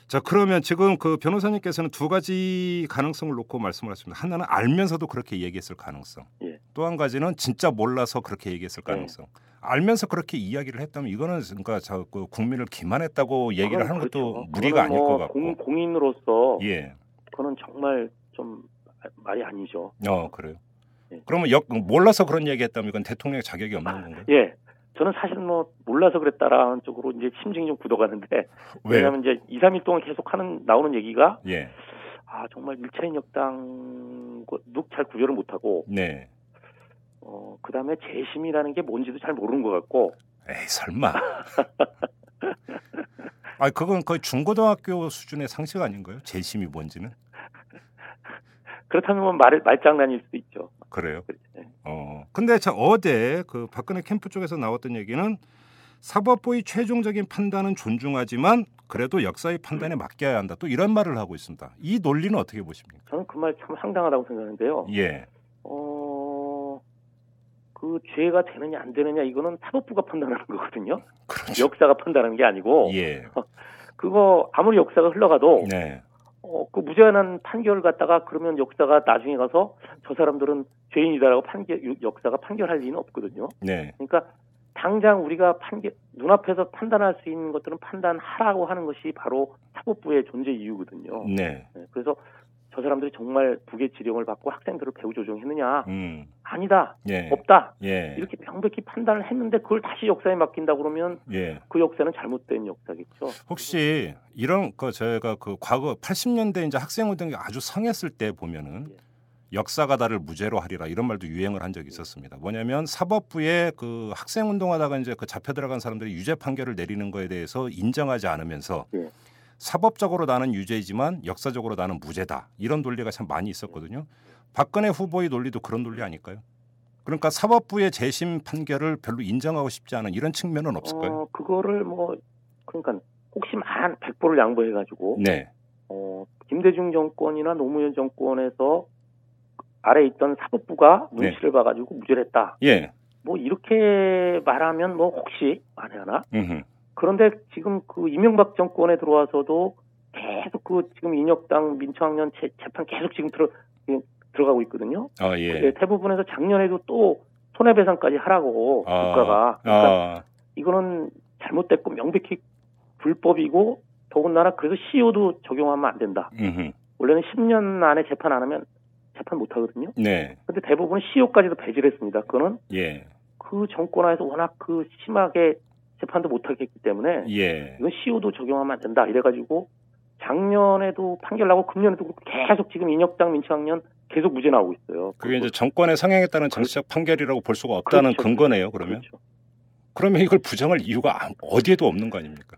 자, 그러면 지금 그 변호사님께서는 두 가지 가능성을 놓고 말씀을 하셨습니다. 하나는 알면서도 그렇게 얘기했을 가능성.
예.
또 한 가지는 진짜 몰라서 그렇게 얘기했을
네.
가능성. 알면서 그렇게 이야기를 했다면 이거는 그러니까 저 그 국민을 기만했다고 얘기를
그건
하는 것도
그렇죠.
무리가
그거는
아닐
뭐
것 같고.
공, 공인으로서
예.
그거는 정말 좀 아- 말이 아니죠.
어 그래요.
예.
그러면 역 몰라서 그런 얘기했다면 이건 대통령의 자격이 없는 건가요?
예. 저는 사실 뭐 몰라서 그랬다라는 쪽으로 이제 심증이 좀 굳어가는데 예. 왜냐하면 이제 2, 3일 동안 계속 하는 나오는 얘기가
예,
아 정말 1차 인혁당 눅잘 구별을 못하고
네.
어, 그 다음에 재심이라는 게 뭔지도 잘 모르는 것 같고,
에이 설마. 아 그건 거의 중고등학교 수준의 상식 아닌가요? 재심이 뭔지는
그렇다면 뭐 말, 말장난일 수도 있죠.
그래요.
그렇죠. 네.
어 근데 저 어제 그 박근혜 캠프 쪽에서 나왔던 얘기는 사법부의 최종적인 판단은 존중하지만 그래도 역사의 판단에 맡겨야 한다. 또 이런 말을 하고 있습니다. 이 논리는 어떻게 보십니까?
저는 그 말 참 황당하다고 생각하는데요.
예,
어, 그 그 죄가 되느냐 안 되느냐 이거는 사법부가 판단하는 거거든요.
그렇죠.
역사가 판단하는 게 아니고
예.
그거 아무리 역사가 흘러가도
네.
어, 그 무죄한 판결을 갖다가 그러면 역사가 나중에 가서 저 사람들은 죄인이다라고 판결 역사가 판결할 리는 없거든요.
네.
그러니까 당장 우리가 판결 눈앞에서 판단할 수 있는 것들은 판단하라고 하는 것이 바로 사법부의 존재 이유거든요.
네.
네, 그래서 저 사람들이 정말 부계 지령을 받고 학생들을 배후 조종했느냐
음.
아니다
예.
없다
예.
이렇게 명백히 판단을 했는데 그걸 다시 역사에 맡긴다 그러면
예.
그 역사는 잘못된 역사겠죠.
혹시 이런 거 제가 그 과거 80년대 이제 학생 운동이 아주 성했을 때
예.
보면은 역사가 나를 무죄로 하리라 이런 말도 유행을 한 적이 있었습니다. 뭐냐면 사법부에 그 학생 운동하다가 이제 그 잡혀 들어간 사람들이 유죄 판결을 내리는 거에 대해서 인정하지 않으면서
예.
사법적으로 나는 유죄지만 역사적으로 나는 무죄다 이런 논리가 참 많이 있었거든요. 박근혜 후보의 논리도 그런 논리 아닐까요? 그러니까 사법부의 재심 판결을 별로 인정하고 싶지 않은 이런 측면은 없을까요?
어, 그거를 뭐 그러니까 혹시 만 100%를 양보해 가지고
네,
어, 김대중 정권이나 노무현 정권에서 아래 있던 사법부가
네.
눈치를 봐가지고 무죄를 했다.
예,
뭐 이렇게 말하면 뭐 혹시 안 하나?
음흠.
그런데 지금 그 이명박 정권에 들어와서도 계속 그 지금 인혁당 민청학년 재, 재판 계속 지금 들어 예, 들어가고 있거든요.
아 예.
예, 대부분에서 작년에도 또 손해배상까지 하라고
아,
국가가 그러니까
아,
이거는 잘못됐고 명백히 불법이고 더군다나 그래서 CEO도 적용하면 안 된다.
음흠.
원래는 10년 안에 재판 안 하면 재판 못 하거든요.
네,
근데 대부분 CEO까지도 배제를 했습니다. 그거는
예,
그 정권하에서 워낙 그 심하게 재판도 못 하게 했기 때문에
예,
이건 CEO도 적용하면 안 된다. 이래가지고 작년에도 판결 나고 금년에도 계속 지금 인혁당 민청학년 계속 무죄 나오고 있어요.
그게 이제 정권의 성향에 따른 정치적 판결이라고 볼 수가 없다는
그렇죠.
근거네요. 그러면
그렇죠.
그러면 이걸 부정할 이유가 아- 어디에도 없는 거 아닙니까?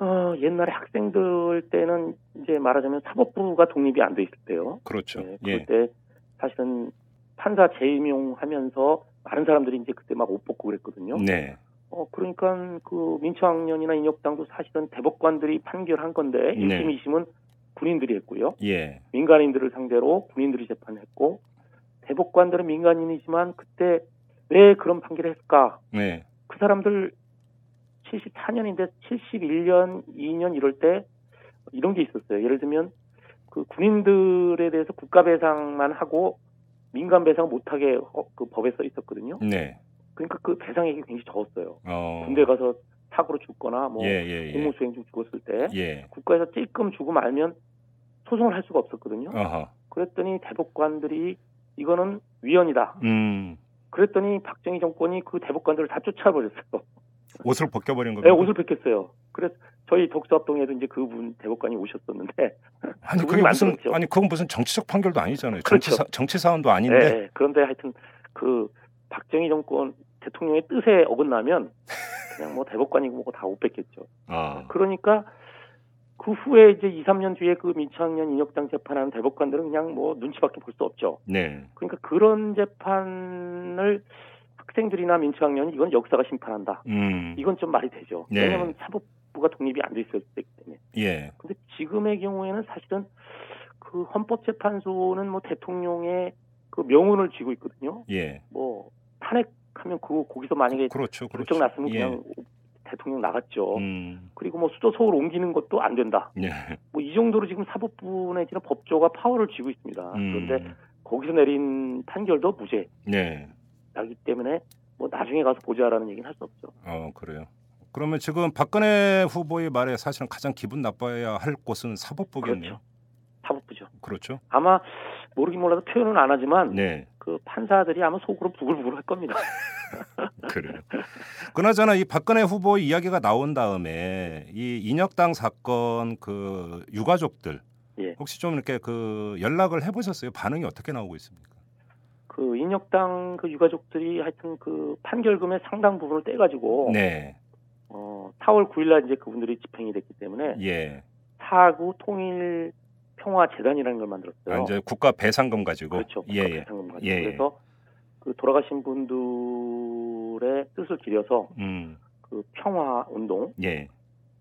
어, 옛날에 학생들 때는 이제 말하자면 사법부가 독립이 안 돼 있을 때요.
그렇죠.
네,
예,
그때 사실은 판사 재임용하면서 많은 사람들이 이제 그때 막 옷 벗고 그랬거든요.
네,
어 그러니까 그 민청학년이나 인혁당도 사실은 대법관들이 판결한 건데
네.
1심, 2심은 군인들이 했고요.
예,
민간인들을 상대로 군인들이 재판했고 대법관들은 민간인이지만 그때 왜 그런 판결을 했을까?
네,
그 사람들 74년인데 71년, 2년 이럴 때 이런 게 있었어요. 예를 들면 그 군인들에 대해서 국가 배상만 하고 민간 배상 못하게 어, 그 법에 써 있었거든요.
네.
그러니까 그 배상액이 굉장히 적었어요.
어,
군대 가서 사고로 죽거나 뭐
예, 예, 예,
공무수행 중 죽었을 때
예,
국가에서 찔끔 주고 말면 소송을 할 수가 없었거든요.
어허,
그랬더니 대법관들이 이거는 위헌이다.
음,
그랬더니 박정희 정권이 그 대법관들을 다 쫓아버렸어요.
옷을 벗겨버린
네,
겁니다.
옷을 벗겼어요. 그래서 저희 독서합동에도 이제 그분 대법관이 오셨었는데,
아니
그분이
그게 무슨
만들었죠.
아니 그건 무슨 정치적 판결도 아니잖아요.
그렇죠.
정치 사, 정치 사안도
네,
아닌데
네. 그런데 하여튼 그 박정희 정권 대통령의 뜻에 어긋나면 그냥 뭐 대법관이고 뭐고 다 옷 뺏겼죠.
아,
그러니까 그 후에 이제 2, 3년 뒤에 그 민청년 인혁당 재판하는 대법관들은 그냥 뭐 눈치밖에 볼 수 없죠.
네,
그러니까 그런 재판을 학생들이나 민청년이 이건 역사가 심판한다.
음,
이건 좀 말이 되죠.
네.
왜냐하면 사법부가 독립이 안 돼 있었기 때문에.
예,
근데 지금의 경우에는 사실은 그 헌법재판소는 뭐 대통령의 그 명운을 쥐고 있거든요.
예,
뭐 탄핵하면 그 거기서 만약에
그렇죠, 그렇죠.
결정 났으면
예,
그냥 대통령 나갔죠.
음,
그리고 뭐 수도서울 옮기는 것도 안 된다.
예,
뭐 이 정도로 지금 사법부 내지는 법조가 파워를 쥐고 있습니다.
음,
그런데 거기서 내린 판결도 무죄
네.
나기 때문에 뭐 나중에 가서 보자라는 얘기는 할 수 없죠.
어 그래요. 그러면 지금 박근혜 후보의 말에 사실은 가장 기분 나빠야 할 곳은 사법부겠네요.
사법부죠.
그렇죠.
아마 모르긴 몰라도 표현은 안 하지만
네,
그 판사들이 아마 속으로 부글부글 할 겁니다.
그래요. 그나저나 이 박근혜 후보 의 이야기가 나온 다음에 이 인혁당 사건 그 유가족들
예.
혹시 좀 이렇게 그 연락을 해보셨어요? 반응이 어떻게 나오고 있습니까?
그 인혁당 그 유가족들이 하여튼 그 판결금의 상당 부분을 떼가지고
네,
어, 4월 9일날 이제 그분들이 집행이 됐기 때문에
예.
사구 통일 평화 재단이라는 걸 만들었어요.
아, 이제 국가 배상금 가지고
그렇죠.
예, 예.
상금 가지고
예, 예.
그래서 그 돌아가신 분들의 뜻을 기려서
음,
그 평화 운동,
예,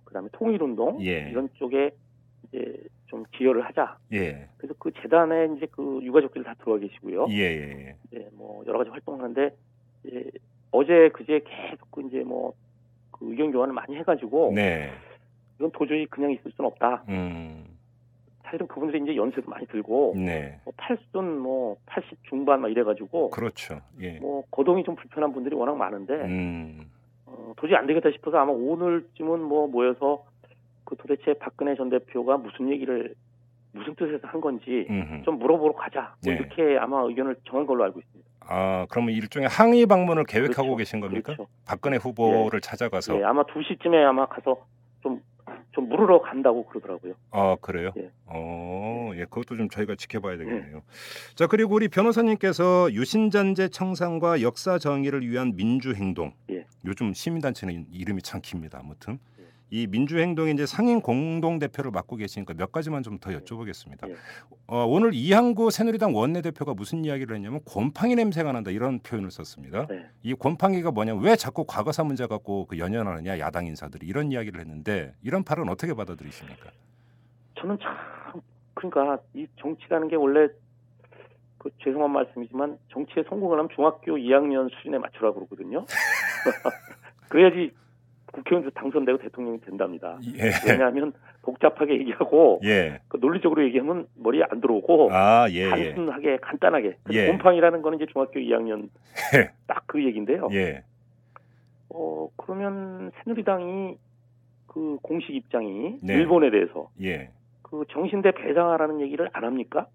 그다음에 통일 운동
예.
이런 쪽에 이제 좀 기여를 하자.
예,
그래서 그 재단에 이제 그 유가족들이 다 들어와 계시고요.
예, 예,
이제 뭐 여러 가지 활동하는데 이제 어제 그제 계속 그 이제 뭐그 의견 교환을 많이 해가지고
네.
이건 도저히 그냥 있을 수는 없다.
음.
사실은 그분들이 이제 연세도 많이 들고
네.
뭐 80순 뭐80 중반 막 이래가지고
그렇죠. 예.
뭐 거동이 좀 불편한 분들이 워낙 많은데
음.
어, 도저히 안 되겠다 싶어서 아마 오늘쯤은 뭐 모여서 그 도대체 박근혜 전 대표가 무슨 얘기를 무슨 뜻에서 한 건지
음.
좀 물어보러 가자 뭐
네.
이렇게 아마 의견을 정한 걸로 알고 있습니다.
아, 그러면 일종의 항의 방문을 계획하고
그렇죠.
계신 겁니까?
그렇죠.
박근혜 후보를 찾아가서
예, 아마 2시쯤에 아마 가서 좀, 좀 물으러 간다고 그러더라고요.
아 그래요?
예.
어, 예, 그것도 좀 저희가 지켜봐야 되겠네요. 자 그리고 우리 변호사님께서 유신잔재 청산과 역사 정의를 위한 민주행동.
예.
요즘 시민단체는 이름이 참 깁니다. 아무튼
예.
이 민주행동의 이제 상임 공동 대표를 맡고 계시니까 몇 가지만 좀 더 여쭤보겠습니다.
예.
어, 오늘 이항구 새누리당 원내대표가 무슨 이야기를 했냐면 곰팡이 냄새가 난다 이런 표현을 썼습니다.
네.
이 곰팡이가 뭐냐면 왜 자꾸 과거사 문제 갖고 그 연연하느냐 야당 인사들이 이런 이야기를 했는데 이런 발언 어떻게 받아들이십니까?
저는 참, 그러니까 이 정치라는 게 원래 그 죄송한 말씀이지만 정치에 성공을 하면 중학교 2학년 수준에 맞추라고 그러거든요. 그래야지 국회의원도 당선되고 대통령이 된답니다.
예.
왜냐하면 복잡하게 얘기하고
예.
그 논리적으로 얘기하면 머리에 안 들어오고
아, 예, 예.
단순하게 간단하게 근데
예.
곰팡이라는 거는 이제 중학교 2학년 딱 그 얘기인데요.
예.
어 그러면 새누리당이 그 공식 입장이
네.
일본에 대해서
예.
그 정신대 배상하라는 얘기를 안 합니까?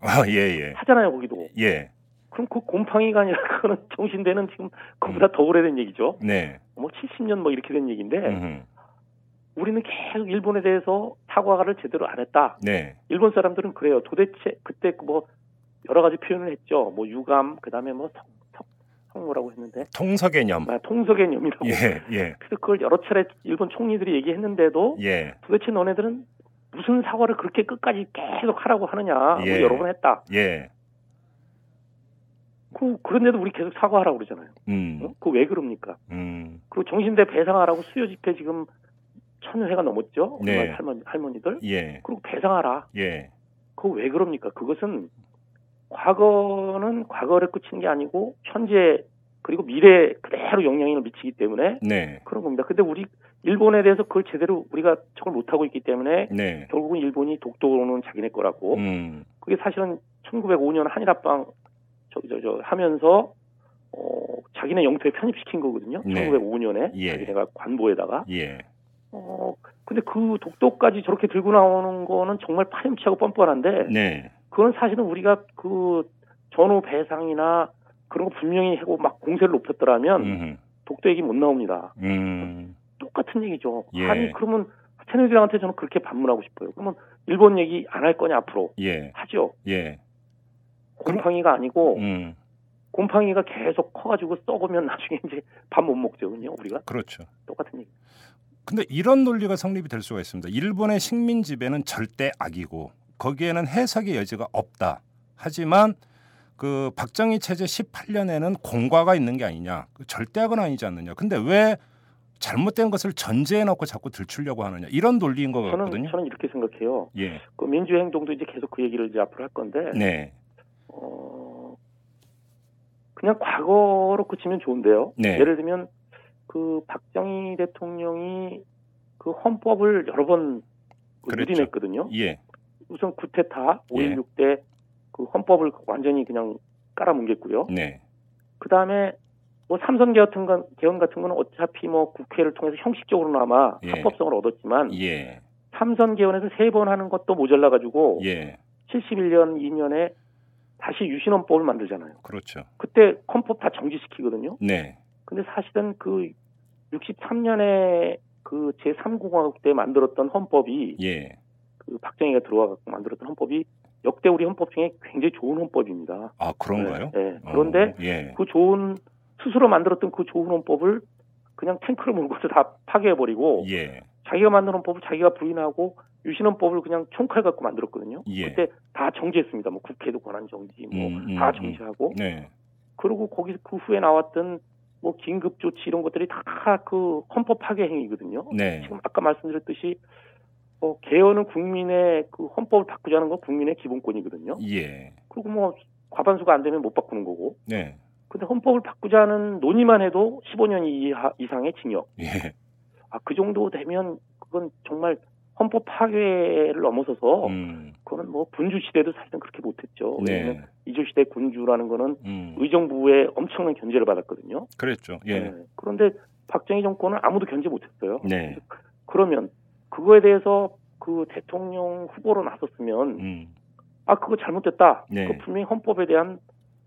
아, 예, 예.
하잖아요 거기도.
예.
그럼 그 곰팡이가 아니라 그거는 정신대는 지금 그보다 더 오래된 얘기죠.
네.
뭐 70년 뭐 이렇게 된 얘기인데
음. 음흠.
우리는 계속 일본에 대해서 사과를 제대로 안 했다.
네.
일본 사람들은 그래요. 도대체 그때 그뭐 여러 가지 표현을 했죠. 뭐 유감, 그다음에 뭐 성, 성, 성모라고 했는데
통서 개념.
아, 통서개념이라고.
예, 예.
그래서 그걸 여러 차례 일본 총리들이 얘기했는데도
예.
도대체 너네들은 무슨 사과를 그렇게 끝까지 계속 하라고 하느냐. 우리
예.
여러 번 했다.
예.
그, 그런데도 우리 계속 사과하라고 그러잖아요.
음.
그 왜 그럽니까?
음.
그리고 정신대 배상하라고 수요 집회 지금 천 회가 넘었죠.
네.
우리나라 할머니, 할머니들.
예.
그리고 배상하라.
예.
그거 왜 그럽니까? 그것은 과거는 과거를 끝인 게 아니고 현재 그리고 미래에 그대로 영향을 미치기 때문에
네.
그런 겁니다. 근데 우리 일본에 대해서 그걸 제대로 우리가 적을 못 하고 있기 때문에
네.
결국은 일본이 독도는 자기네 거라고
음.
그게 사실은 1905년 한일합방 저기 저, 저 하면서 어 자기네 영토에 편입시킨 거거든요.
네.
1905년에
예.
자기네가 관보에다가
예.
어 근데 그 독도까지 저렇게 들고 나오는 거는 정말 파렴치하고 뻔뻔한데
네.
그건 사실은 우리가 그 전후 배상이나 그런 거 분명히 하고 막 공세를 높였더라면
음.
독도 얘기 못 나옵니다.
음.
똑같은 얘기죠.
예.
아니 그러면 새누리당한테 저는 그렇게 반문하고 싶어요. 그러면 일본 얘기 안 할 거냐 앞으로
예.
하죠.
예.
곰팡이가 아니고
음.
곰팡이가 계속 커가지고 썩으면 나중에 이제 밥 못 먹거든요. 우리가
그렇죠.
똑같은 얘기.
근데 이런 논리가 성립이 될 수가 있습니다. 일본의 식민 지배는 절대 악이고 거기에는 해석의 여지가 없다. 하지만 그 박정희 체제 18년에는 공과가 있는 게 아니냐. 그 절대 악은 아니지 않느냐. 근데 왜 잘못된 것을 전제해 놓고 자꾸 들추려고 하느냐. 이런 논리인 것
저는
같거든요.
저는 이렇게 생각해요.
예.
그 민주행동도 이제 계속 그 얘기를 이제 앞으로 할 건데
네.
어, 그냥 과거로 그치면 좋은데요.
네.
예를 들면 그 박정희 대통령이 그 헌법을 여러 번 그
그랬죠.
누리냈거든요.
예.
우선 구테타
예.
5.16 때 그 헌법을 완전히 그냥 깔아뭉갰고요.
네.
그 다음에 뭐 삼선 개헌 같은 건, 개헌 같은 건 어차피 뭐 국회를 통해서 형식적으로나마
예.
합법성을 얻었지만
예.
삼선 개헌에서 세 번 하는 것도 모자라 가지고
예.
71년 2년에 다시 유신헌법을 만들잖아요.
그렇죠.
그때 헌법 다 정지시키거든요.
네.
근데 사실은 그 63년에 그 제3공화국 때 만들었던 헌법이
예.
그 박정희가 들어와 갖고 만들었던 헌법이 역대 우리 헌법 중에 굉장히 좋은 헌법입니다.
아, 그런가요?
네, 네. 그런데
어, 예.
그 좋은 스스로 만들었던 그 좋은 헌법을 그냥 탱크를 몰고 서다 파괴해버리고
예.
자기가 만든 헌법을 자기가 부인하고 유신 헌법을 그냥 총칼 갖고 만들었거든요.
예.
그때 다 정지했습니다. 뭐 국회도 권한 정지, 뭐 다
음, 음, 음.
정지하고
네.
그리고 거기 그 후에 나왔던 뭐 긴급 조치 이런 것들이 다 그 헌법 파괴 행위거든요.
네.
지금 아까 말씀드렸듯이 어, 개헌은 국민의 그 헌법을 바꾸자는 건 국민의 기본권이거든요.
예.
그리고 뭐 과반수가 안 되면 못 바꾸는 거고
네.
근데 헌법을 바꾸자는 논의만 해도 15년 이하, 이상의 징역.
예.
아, 그 정도 되면 그건 정말 헌법 파괴를 넘어서서
음.
그거는 뭐 군주 시대도 사실은 그렇게 못했죠. 왜냐면
네.
뭐 이조 시대 군주라는 거는
음.
의정부의 엄청난 견제를 받았거든요.
그랬죠. 예.
네. 그런데 박정희 정권은 아무도 견제 못했어요.
네.
그러면 그거에 대해서 그 대통령 후보로 나섰으면
음.
아 그거 잘못됐다.
네.
그 분명히 헌법에 대한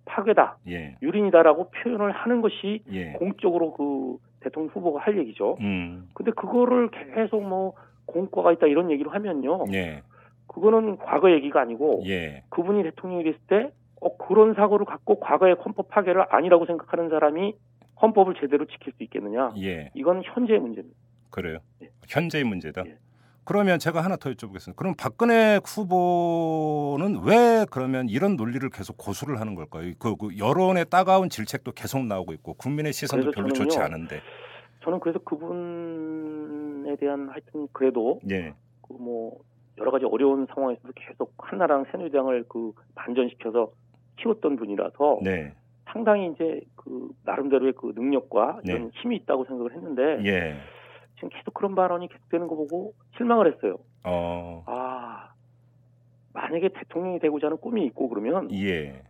파괴다,
예.
유린이다라고 표현을 하는 것이
예.
공적으로 그 대통령 후보가 할 얘기죠.
음.
근데 그거를 계속 뭐 공과가 있다 이런 얘기를 하면요,
예.
그거는 과거 얘기가 아니고
예.
그분이 대통령이 됐을 때 어, 그런 사고를 갖고 과거의 헌법 파괴를 아니라고 생각하는 사람이 헌법을 제대로 지킬 수 있겠느냐?
예.
이건 현재의 문제입니다.
그래요.
아. 예.
현재의 문제다.
예.
그러면 제가 하나 더 여쭤보겠습니다. 그럼 박근혜 후보는 왜 그러면 이런 논리를 계속 고수를 하는 걸까요? 그, 그 여론의 따가운 질책도 계속 나오고 있고 국민의 시선도
그래서
별로 좋지
저는요.
않은데.
저는 그래서 그분에 대한 하여튼 그래도
예.
그 뭐 여러 가지 어려운 상황에서도 계속 한나라랑 새누리당을 그 반전시켜서 키웠던 분이라서
네.
상당히 이제 그 나름대로의 그 능력과 이런 힘이 있다고 생각을 했는데
네. 예.
지금 계속 그런 발언이 계속되는 거 보고 실망을 했어요.
어.
아 만약에 대통령이 되고자 하는 꿈이 있고 그러면
예.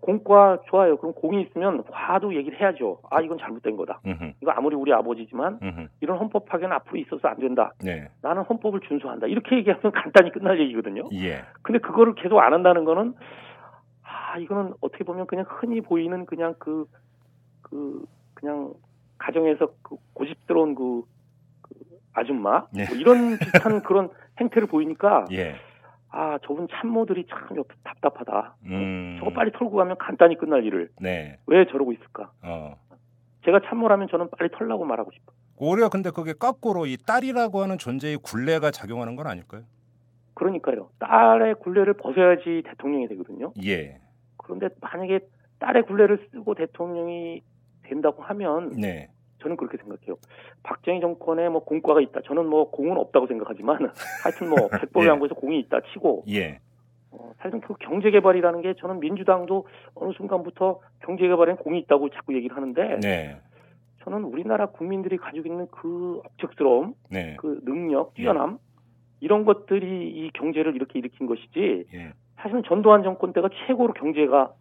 공과 좋아요. 그럼 공이 있으면 과도 얘기를 해야죠. 아 이건 잘못된 거다.
음흠.
이거 아무리 우리 아버지지만
음흠.
이런 헌법 파괴는 앞으로 있어서 안 된다.
네.
나는 헌법을 준수한다. 이렇게 얘기하면 간단히 끝날 얘기거든요.
예.
근데 그거를 계속 안 한다는 거는 아 이거는 어떻게 보면 그냥 흔히 보이는 그냥 그 그 그냥 가정에서 그 고집스러운 그, 그 아줌마
네.
뭐 이런 비슷한 그런 행태를 보이니까
예.
아 저분 참모들이 참 옆에 답답하다.
음.
어. 저거 빨리 털고 가면 간단히 끝날 일을
네.
왜 저러고 있을까?
어.
제가 참모라면 저는 빨리 털라고 말하고 싶어. 요
오히려 근데 그게 거꾸로 이 딸이라고 하는 존재의 굴레가 작용하는 건 아닐까요?
그러니까요. 딸의 굴레를 벗어야지 대통령이 되거든요.
예.
그런데 만약에 딸의 굴레를 쓰고 대통령이 된다고 하면
네.
저는 그렇게 생각해요. 박정희 정권에 뭐 공과가 있다. 저는 뭐 공은 없다고 생각하지만 하여튼 뭐 백범의
예.
항구에서 공이 있다 치고
예.
어, 사실은 그 경제 개발이라는 게 저는 민주당도 어느 순간부터 경제 개발엔 공이 있다고 자꾸 얘기를 하는데
네.
저는 우리나라 국민들이 가지고 있는 그 억척스러움,
네.
그 능력, 뛰어남 이런 것들이 이 경제를 이렇게 일으킨 것이지
예.
사실은 전두환 정권 때가 최고로 경제가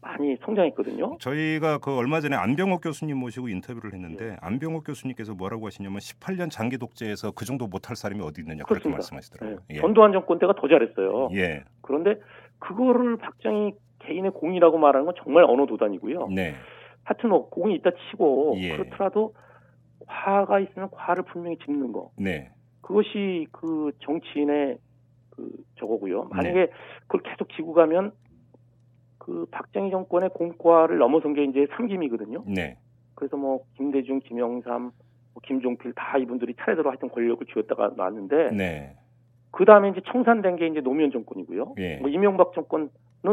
많이 성장했거든요.
저희가 그 얼마 전에 안병옥 교수님 모시고 인터뷰를 했는데
예.
안병옥 교수님께서 뭐라고 하시냐면 18년 장기 독재에서 그 정도 못할 사람이 어디 있느냐 그렇게
그렇습니다.
말씀하시더라고요.
네.
예.
전두환 정권 때가 더 잘했어요.
예.
그런데 그거를 박정희 개인의 공이라고 말하는 건 정말 언어 도단이고요.
네.
하여튼 뭐 공이 있다 치고
예.
그렇더라도 과가 있으면 과를 분명히 짚는 거
네.
그것이 그 정치인의 그 저거고요.
네.
만약에 그걸 계속 지고 가면 그 박정희 정권의 공과를 넘어선 게 이제 삼김이거든요.
네.
그래서 뭐 김대중, 김영삼, 뭐 김종필 다 이분들이 차례대로 하여튼 권력을 쥐었다가 놨는데
네.
그 다음에 이제 청산된 게 이제 노무현 정권이고요.
예.
뭐 이명박 정권은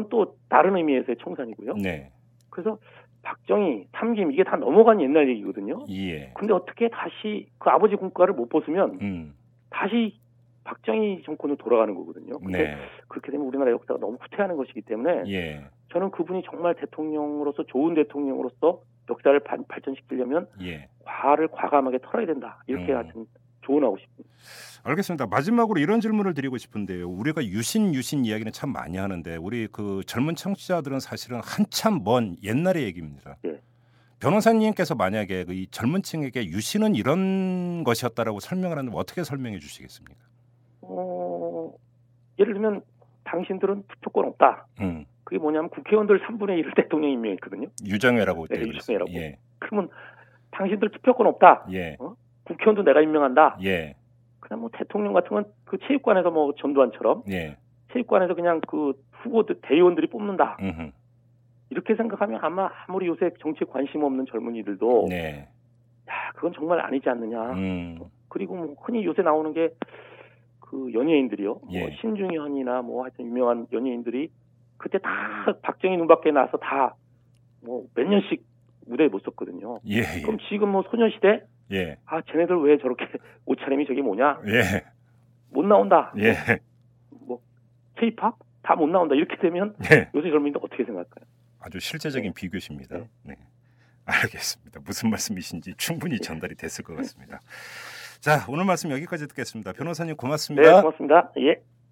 또 다른 의미에서의 청산이고요.
네.
그래서 박정희, 삼김 이게 다 넘어간 옛날 얘기거든요.
예.
근데 어떻게 다시 그 아버지 공과를 못 벗으면
음.
다시 박정희 정권으로 돌아가는 거거든요. 근데
네.
그렇게 되면 우리나라 역사가 너무 후퇴하는 것이기 때문에
예.
저는 그분이 정말 대통령으로서 좋은 대통령으로서 역사를 반- 발전시키려면
예.
과를 과감하게 털어야 된다. 이렇게
음.
하여튼 조언하고 싶습니다.
알겠습니다. 마지막으로 이런 질문을 드리고 싶은데요. 우리가 유신 유신 이야기는 참 많이 하는데 우리 그 젊은 청취자들은 사실은 한참 먼 옛날의 얘기입니다.
예.
변호사님께서 만약에 그이 젊은층에게 유신은 이런 것이었다라고 설명을 하는데 어떻게 설명해 주시겠습니까?
어, 예를 들면 당신들은 투표권 없다.
음,
그게 뭐냐면 국회의원들 3분의 1을 대통령 임명했거든요.
유정회라고
네,
그때 그랬어요.
유정회라고.
예,
그러면 당신들 투표권 없다.
예,
국회의원도 내가 임명한다.
예,
그냥 뭐 대통령 같은 건 그 체육관에서 뭐 전두환처럼
예.
체육관에서 그냥 그 후보들 대의원들이 뽑는다.
음흠.
이렇게 생각하면 아마 아무리 요새 정치에 관심 없는 젊은이들도
네.
야 그건 정말 아니지 않느냐.
음,
그리고 뭐 흔히 요새 나오는 게 그 연예인들이요. 뭐
예.
신중현이나 뭐 하여튼 유명한 연예인들이 그때 다 박정희 눈밖에 나서 다 뭐 몇 년씩 무대에 못 섰거든요.
예, 예,
그럼 지금 뭐 소녀시대
예,
아 쟤네들 왜 저렇게 옷차림이 저게 뭐냐
예,
못 나온다
예,
뭐 케이팝 다 못 나온다 이렇게 되면
예.
요새 젊은이들 어떻게 생각할까요?
아주 실제적인 비교십니다. 네. 알겠습니다. 무슨 말씀이신지 충분히 전달이 됐을 것 같습니다. 자, 오늘 말씀 여기까지 듣겠습니다. 변호사님
네,
고맙습니다.
고맙습니다. 예.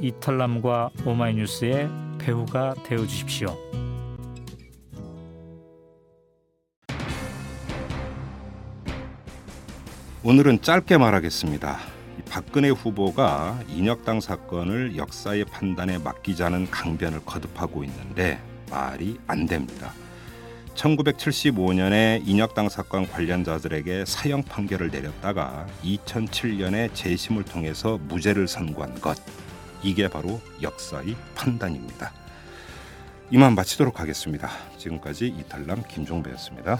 이탈남과 오마이뉴스의 배우가 되어 주십시오.
오늘은 짧게 말하겠습니다. 이 박근혜 후보가 인혁당 사건을 역사의 판단에 맡기자는 강변을 거듭하고 있는데 말이 안 됩니다. 1975년에 인혁당 사건 관련자들에게 사형 판결을 내렸다가 2007년에 재심을 통해서 무죄를 선고한 것. 이게 바로 역사의 판단입니다. 이만 마치도록 하겠습니다. 지금까지 이탈남 김종배였습니다.